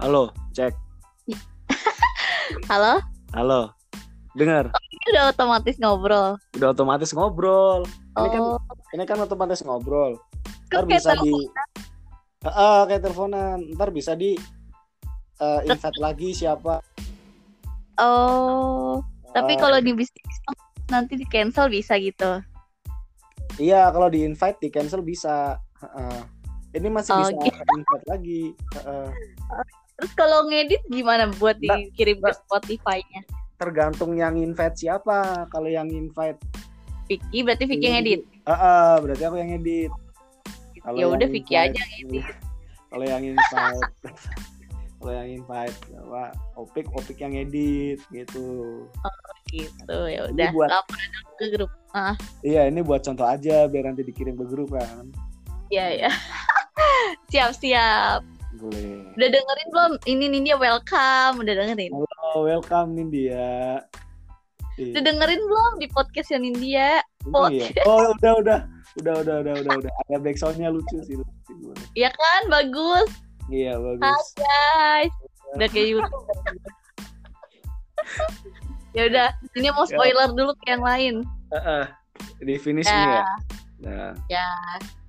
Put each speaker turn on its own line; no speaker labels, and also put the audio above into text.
Halo, cek.
Halo, Oh,
Halo. Dengar,
ini udah otomatis ngobrol.
udah otomatis ngobrol. Ini kan
Oh,
ini kan otomatis ngobrol. Ntar
Kan kayak
bisa di Heeh, kayak teleponan. Ntar bisa di eh, invite lagi siapa.
oh. Tapi
Eh,
kalau di bisnis nanti di cancel bisa gitu.
iya, kalau di invite di cancel bisa. Heeh. Ini masih
Oh,
bisa invite lagi. Heeh.
Terus kalau ngedit gimana buat
Nggak,
dikirim ke
nggak.
Spotify-nya?
Tergantung yang invite siapa. Kalau yang invite
Vicky berarti Vicky ngedit.
Heeh, berarti aku yang edit. Kalau
Ya udah
yang
Vicky
invite-
aja ngedit.
Kalau yang invite kalau yang invite apa opik opik yang edit gitu.
gitu. Ya
Ini
udah,
buat-
laporan dong ke grup. Ah,
Iya, ini buat contoh aja biar nanti dikirim ke grup kan.
iya ya. Siap-siap.
Boleh.
Udah dengerin belum? Ini nih dia welcome, udah dengerin.
Oh, welcome Nindya. Iya.
Udah dengerin belum di podcast yang India?
Untung ya. Oh, udah udah udah udah udah udah udah. Ada back soundnya lucu sih. lucu banget.
Iya kan? Bagus,
Iya bagus.
guys. Udah kayak YouTube. ya udah, ini mau spoiler dulu ke yang lain.
Heeh. Di finish
Ya.
nih ya. Nah,
Ya,